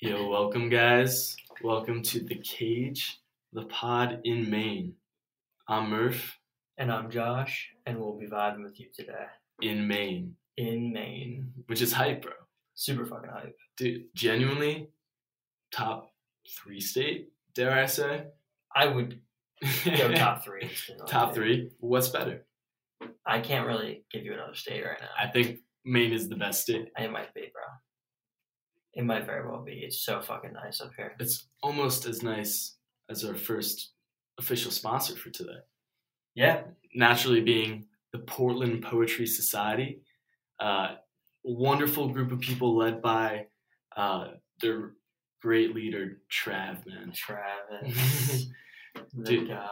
Yo, welcome, guys. Welcome to The Cage, the pod in Maine. I'm Murph And I'm Josh, and we'll be vibing with you today in Maine, in Maine. which is hype, bro. Super fucking hype. Dude, genuinely, top three state, dare I say? I would go top three. instantly. Top three. What's better? I can't really give you another state right now. I think Maine is the best state. It might be, bro. It might very well be. It's so fucking nice up here. It's almost as nice as our first official sponsor for today. Yeah. naturally being the Portland Poetry Society, uh, wonderful group of people led by uh, their great leader Trav. Man, Travis. the Dude. guy.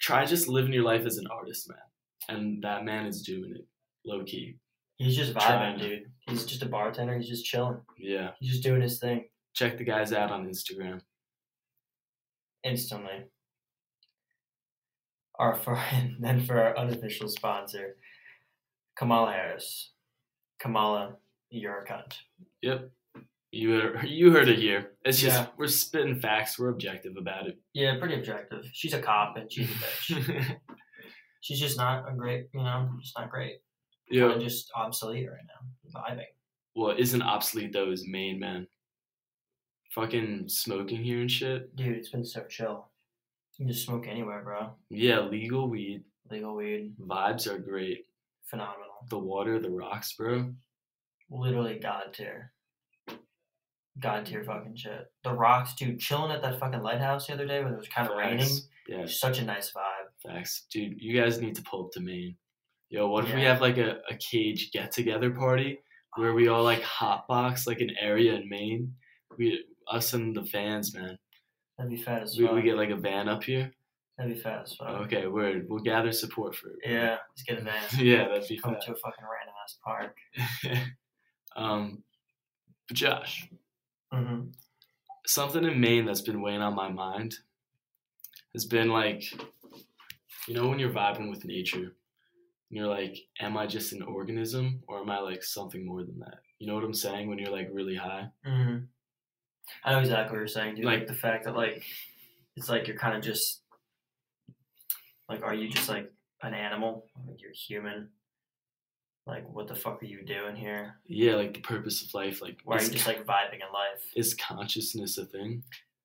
try just living your life as an artist, man, and that man is doing it low key. He's just vibing, Trying. dude. He's just a bartender. He's just chilling. Yeah, He's just doing his thing check the guys out on Instagram. instantly. Our for and then for our unofficial sponsor, Kamala Harris. Kamala, you're a cunt. Yep. You heard, you heard it here. It's just Yeah. we're spitting facts. We're objective about it. Yeah, pretty objective. She's a cop and she's a bitch. she's just not a great, you know, just not great. yeah. I'm just obsolete right now. Vibing. Well, isn't obsolete though is Maine, man. Fucking smoking here and shit. Dude, it's been so chill. You can just smoke anywhere, bro. Yeah, legal weed. Legal weed, Vibes are great. phenomenal. The water, the rocks, bro. Literally god tier. God tier fucking shit. The rocks, dude, chilling at that fucking lighthouse the other day when it was kind of raining. Facts. Yeah, Such a nice vibe. facts. Dude, you guys need to pull up to Maine. Yo, what if we Yeah. have like a, a cage get together party where we all like hotbox like an area in Maine? We us and the fans, man. That'd be fat as We, fuck. we get like a van up here. That'd be fat as fuck. Okay, word. We'll gather support for it. Yeah, let's get a van. yeah, that'd be Come fun. to a fucking random ass park. um, but Josh, Mm-hmm. something in Maine that's been weighing on my mind has been like, you know, when you're vibing with nature, and you're like, am I just an organism or am I like something more than that? You know what I'm saying? When you're like really high, hmm I know exactly what you're saying, dude. Like, Like- the fact that like it's like you're kind of just like, are you just like an animal? Like you're human. Like, what the fuck are you doing here? yeah, like the purpose of life, like Why are is, you just like vibing in life? is consciousness a thing?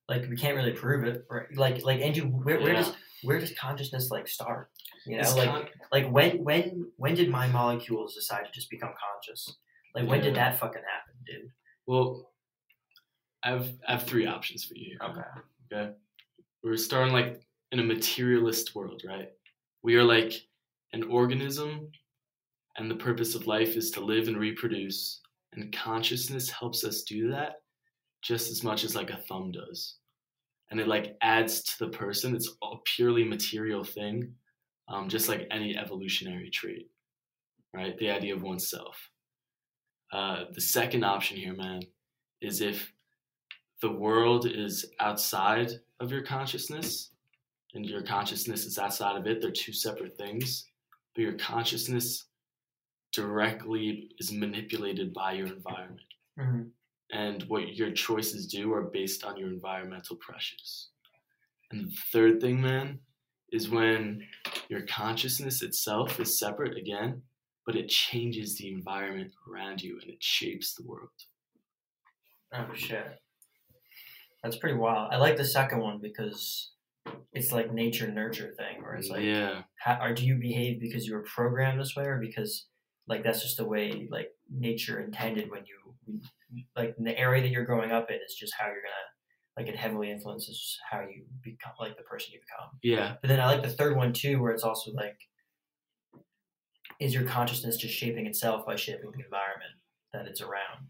Like, we can't really prove it, right? Like, like Andrew, where, where Yeah. does where does consciousness like start? You know, Is like con- like when when when did my molecules decide to just become conscious? Like, when did Yeah. that fucking happen, dude? well, I've I have three options for you. here. Okay. We're starting like in a materialist world, right? We are like an organism, and the purpose of life is to live and reproduce. And consciousness helps us do that just as much as like a thumb does. And it like adds to the person. It's a purely material thing, um, just like any evolutionary trait, right? The idea of oneself. Uh, the second option here, man, is if the world is outside of your consciousness and your consciousness is outside of it. They're two separate things, but your consciousness directly is manipulated by your environment. hmm And what your choices do are based on your environmental pressures. And the third thing, man, is when your consciousness itself is separate again, but it changes the environment around you and it shapes the world. Oh shit. That's pretty wild. I like the second one because it's like nature nurture thing, where it's like, yeah, how, or do you behave because you were programmed this way, or because like that's just the way like nature intended when you like the area that you're growing up in is just how you're gonna like it heavily influences how you become like the person you become. yeah, But then I like the third one too, where it's also like, is your consciousness just shaping itself by shaping the environment that it's around?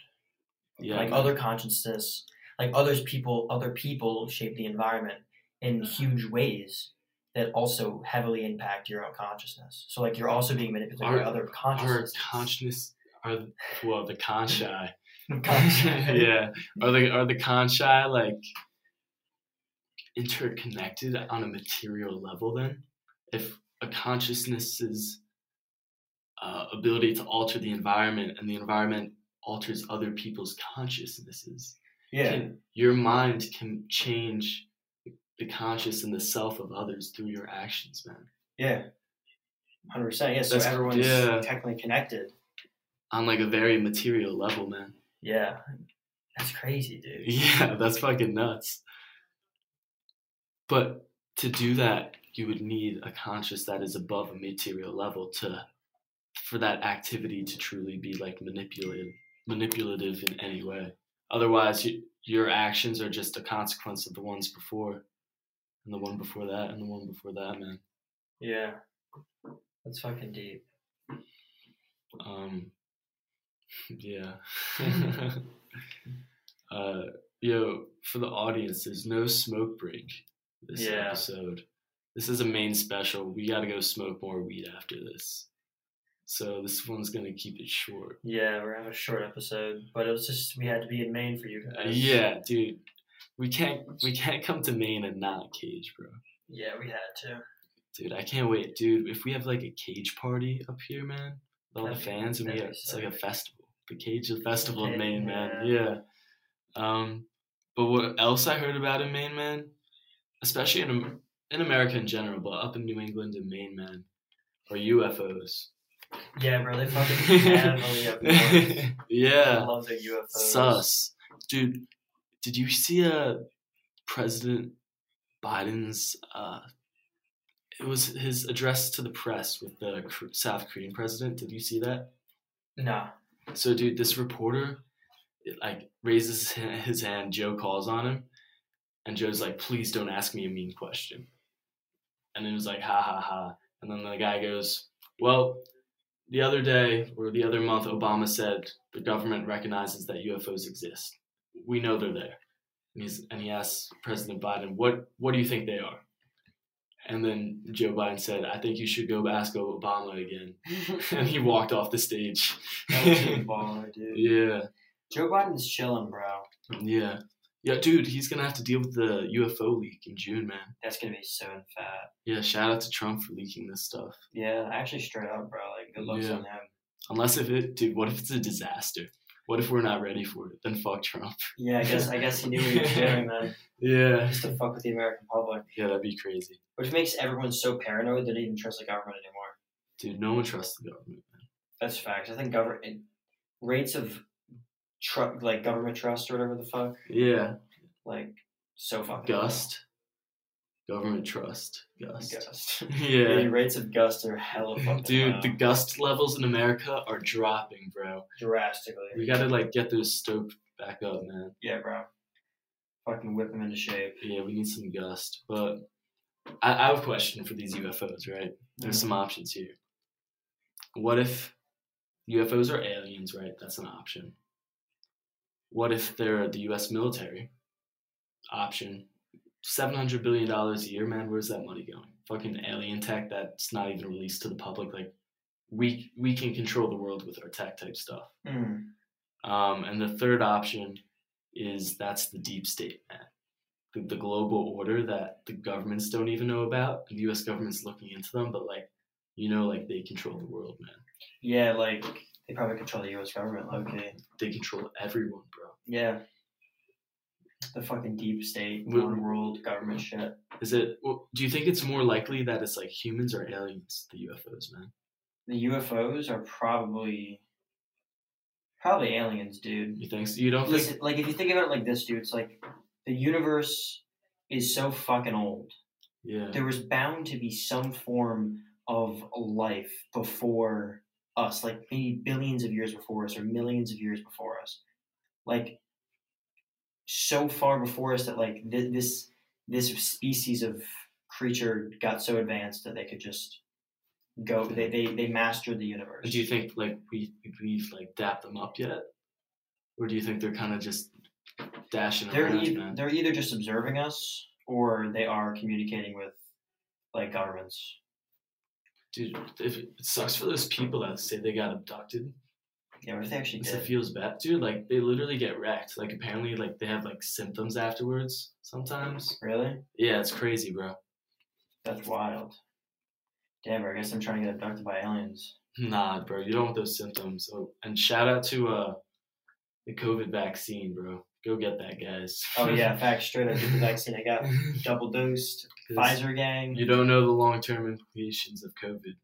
yeah. like other consciousness like others people other people shape the environment in huge ways that also heavily impact your own consciousness so like you're also being manipulated by Our- other our oh, consciousness consciousness are well the consci Conscious. yeah are the are the consci like interconnected on a material level then if a consciousness's uh, ability to alter the environment and the environment alters other people's consciousnesses Yeah. Can, your mind can change the conscious and the self of others through your actions, man. Yeah. Hundred percent. Yeah. So That's- everyone's yeah. technically connected. On like a very material level, man. Yeah. That's crazy, dude. Yeah, that's fucking nuts. But to do that, you would need a conscious that is above a material level to for that activity to truly be like manipulative manipulative in any way. Otherwise, you, your actions are just a consequence of the ones before and the one before that and the one before that, man. Yeah. That's fucking deep. Um, yeah. uh, yo, for the audience, there's no smoke break this Yeah. episode. This is a main special. We gotta go smoke more weed after this. So this one's gonna keep it short. Yeah, we're having a short episode, but it was just we had to be in Maine for you Uh, guys. yeah, dude. We can't we can't come to Maine and not cage, bro. Yeah, we had to. Dude, I can't wait, dude. If we have like a cage party up here, man, with all the That'd be- fans, and we that'd have, be it's like a sick. festival, the cage of festival in Cage, Maine, man. Yeah. yeah. Um, but what else I heard about in Maine, man, especially in Am- in America in general, but up in New England and Maine, man, are UFOs. Yeah, bro, they fucking heavily up north. I yeah. love their UFOs. Sus, dude. Did you see uh, President Biden's? Uh, it was his address to the press with the Kor- South Korean president. Did you see that? Nah. So, dude, this reporter it, like raises h- his hand. Joe calls on him, and Joe's like, "Please don't ask me a mean question." And it was like, "Ha ha ha!" And then the guy goes, "Well." The other day or the other month, Obama said the government recognizes that UFOs exist we know they're there. And, he's, and he asks President Biden, what, what do you think they are? And then Joe Biden said, I think you should go ask Obama again. And he walked off the stage. That was a baller, dude. yeah. Joe Biden's chilling, bro. Yeah. Yeah, dude, he's going to have to deal with the UFO leak in June, man. That's gonna be so fat. Yeah, shout out to Trump for leaking this stuff. Yeah, actually, straight up, bro. Like, good looks Yeah. on him. Unless if it, dude, what if it's a disaster? What if we're not ready for it? Then fuck Trump. Yeah, I guess I guess he knew what he was doing, man. Yeah. Just to fuck with the American public, Yeah, that'd be crazy. which makes everyone so paranoid they don't even trust the government anymore. Dude, no one trusts the government. That's facts. I think government rates of tru- like government trust or whatever the fuck, Yeah. like so fucking Gust. Government trust. low. Gust. Gust. The Yeah. rates of gust are hella fucking Dude, the low, gust levels in America are dropping, bro. drastically. We gotta like get those stoked back up, man. yeah, bro. Fucking whip them into shape. Yeah, we need some gust. But I, I have a question for these UFOs, right? There's some options here. What if UFOs are aliens, right? That's an option. What if they're the US military? Option. $700 billion a year, man. Where's that money going? Fucking alien tech that's not even released to the public. Like, we, we can control the world with our tech type stuff. Mm. Um, and the third option is that's the deep state, man. The, the global order that the governments don't even know about. The U.S. government's looking into them, but like, you know, like they control the world, man. Yeah, like they probably control the U.S. government. Okay. They control everyone, bro. Yeah. The fucking deep state, Wh- one world government shit. Is it? well, Do you think it's more likely that it's like humans or aliens, the UFOs, man? The UFOs are probably probably aliens, dude. You think? So? You don't think? Listen, like if you think about it like this, dude, it's like the universe is so fucking old. Yeah. There was bound to be some form of life before us, like maybe billions of years before us or millions of years before us. Like so far before us that like thi- this this species of creature got so advanced that they could just go they they, they mastered the universe. Do you think like we we've like dapped them up yet, or do you think they're kind of just dashing they're around, eith- man? they're either just observing us or they are communicating with like governments. Dude, if, it sucks for those people that say they got abducted. Yeah, what if they actually It's- It did? feels bad, dude. Like they literally get wrecked. Like apparently, like they have like symptoms afterwards sometimes. Really? Yeah, it's crazy, bro. That's wild. Damn, I guess I'm trying to get abducted by aliens. Nah, bro, you don't want those symptoms. Oh, and shout out to uh the COVID vaccine, bro. Go get that, guys. Oh yeah, fact straight up get the vaccine. I got double dosed. 'Cause Pfizer gang. You don't know the long term implications of COVID.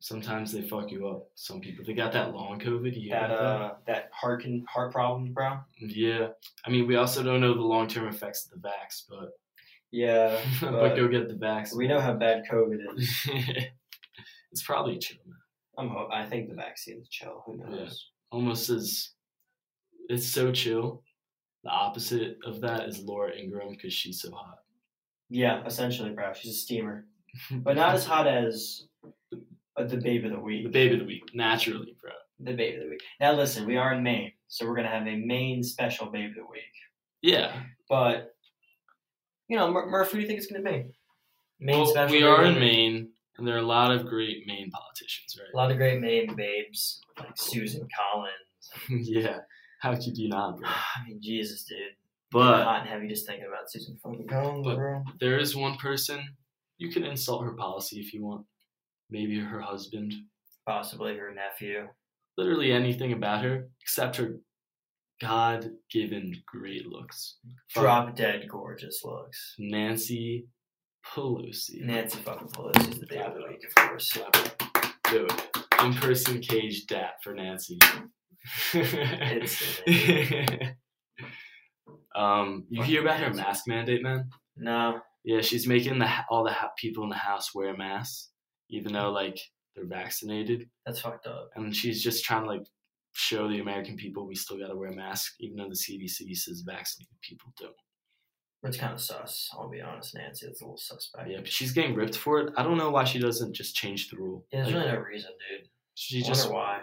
Sometimes they fuck you up. Some people they got that long COVID. You hear That about uh that? that heart can, heart problem, bro. Yeah. I mean, we also don't know the long term effects of the vax, but Yeah. but but go get the vax. we know how bad COVID is. it's probably chill. man. I'm ho- I think the vaccine's chill. Who knows? Almost as it's so chill. The opposite of that is Laura Ingram because she's so hot. Yeah, essentially, bro. She's a steamer, but not as hot as uh, the babe of the the week. babe of the week, naturally, bro. The babe of the week. Now listen, we are in Maine, so we're gonna have a Maine special babe of the week. Yeah. But you know, Mur- Murph, who do you think it's gonna be? Maine Well, special. we are babe. in Maine, and there are a lot of great Maine politicians, right? A lot of great Maine babes like Susan Collins. yeah. How could you not, bro? I mean, Jesus, dude. But hot and heavy just thinking about Susan fucking Collins, But- bro. there is one person you can insult her policy if you want. Maybe her husband. Possibly her nephew. Literally anything about her except her God given great looks. Fuck Drop dead gorgeous looks. Nancy Pelosi. Nancy fucking Pelosi's the babe of the week, of course. Slap it. Do it. In person cage dat for Nancy. It's um, you hear about her mask mandate, man? No, Yeah, she's making the ha- all the ha- people in the house wear masks, even though like they're vaccinated, that's fucked up. and she's just trying to like show the American people we still gotta wear masks, even though the CDC says vaccinated people don't. It's kind of sus. I'll be honest, Nancy. That's a little suspect. Yeah, but she's getting ripped for it. I don't know why she doesn't just change the rule. Yeah, there's Like, really no reason, dude. she I wonder just why.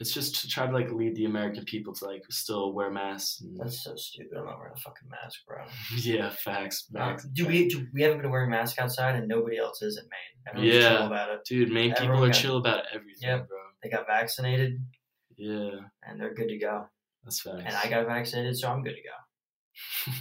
it's just to try to like lead the American people to like still wear masks. And, That's so stupid. I'm not wearing a fucking mask, bro. yeah, facts, Uh, facts. do we do we haven't been wearing masks outside and nobody else is in Maine? Everyone's Yeah. chill about it. Dude, Maine people Everyone are got- chill about everything, Yep. bro. They got vaccinated Yeah, and they're good to go. that's facts. And I got vaccinated, so I'm good to go.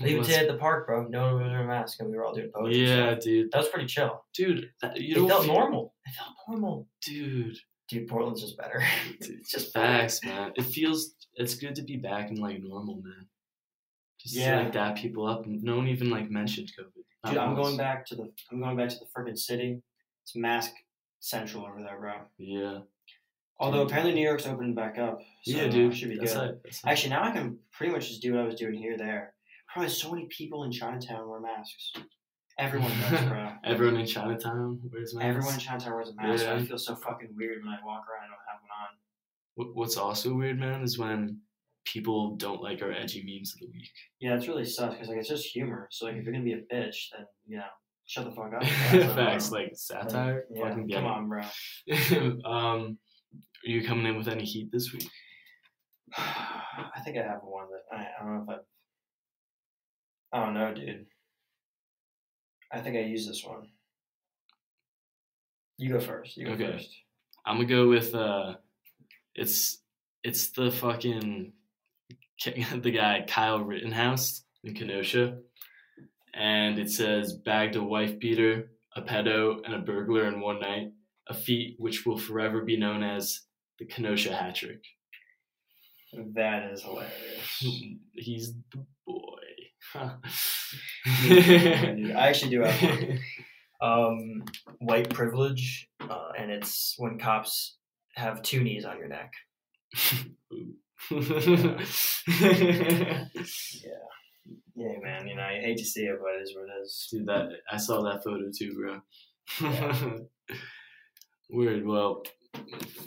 Leave it Let's- today at the park, bro. No one was wearing a mask and we were all doing poetry. and yeah, stuff. dude, that was pretty chill. dude, that, you it don't felt feel- normal. It felt normal. dude. Dude, Portland's just better. It's just just facts, man. It feels it's good to be back in like normal, man. Just Yeah. to, like dap people up. No one even like mentioned COVID. Not Dude, I'm once. going back to the I'm going back to the freaking city. It's mask central over there, bro. Yeah, Although Dude. apparently New York's opening back up. So yeah, dude. Should be that's good. it, that's it. Actually, now I can pretty much just do what I was doing here, there. Probably so many people in Chinatown wear masks. Everyone does, bro. everyone in Chinatown wears masks. Everyone in Chinatown wears a mask. Yeah. I feel so fucking weird when I walk around and don't have one on. Wh- What's also weird, man, is when people don't like our edgy memes of the week. Yeah, it's really sus because like it's just humor. So like if you're gonna be a bitch, then you know, shut the fuck up. Facts, like satire. Yeah, Fucking get come it. on, bro. um, are you coming in with any heat this week? I think I have one that I, I don't know if I. I don't know, dude. I think I use this one. You go first. You go Okay. first. I'm gonna go with uh, it's it's the fucking the guy Kyle Rittenhouse in Kenosha, and it says bagged a wife beater, a pedo, and a burglar in one night, a feat which will forever be known as the Kenosha hat trick. That is hilarious. He's the boy. Dude, I actually do have one. um, white privilege, uh, and it's when cops have two knees on your neck. Yeah, man. You know, I hate to see it, but it is what it is. Dude, that I saw that photo too, bro. Weird. Well,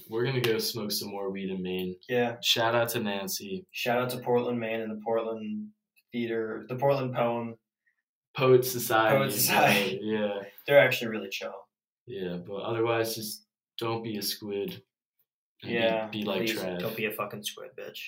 we're gonna go smoke some more weed in Maine. Yeah. Shout out to Nancy, Shout out to Portland, Maine, and the Portland Theater, the Portland Poem. Poet Society. Poet Society. Yeah, They're actually really chill. yeah. But otherwise, just don't be a squid. and be- Yeah, Be, like Please, trash. Don't be a fucking squid, bitch.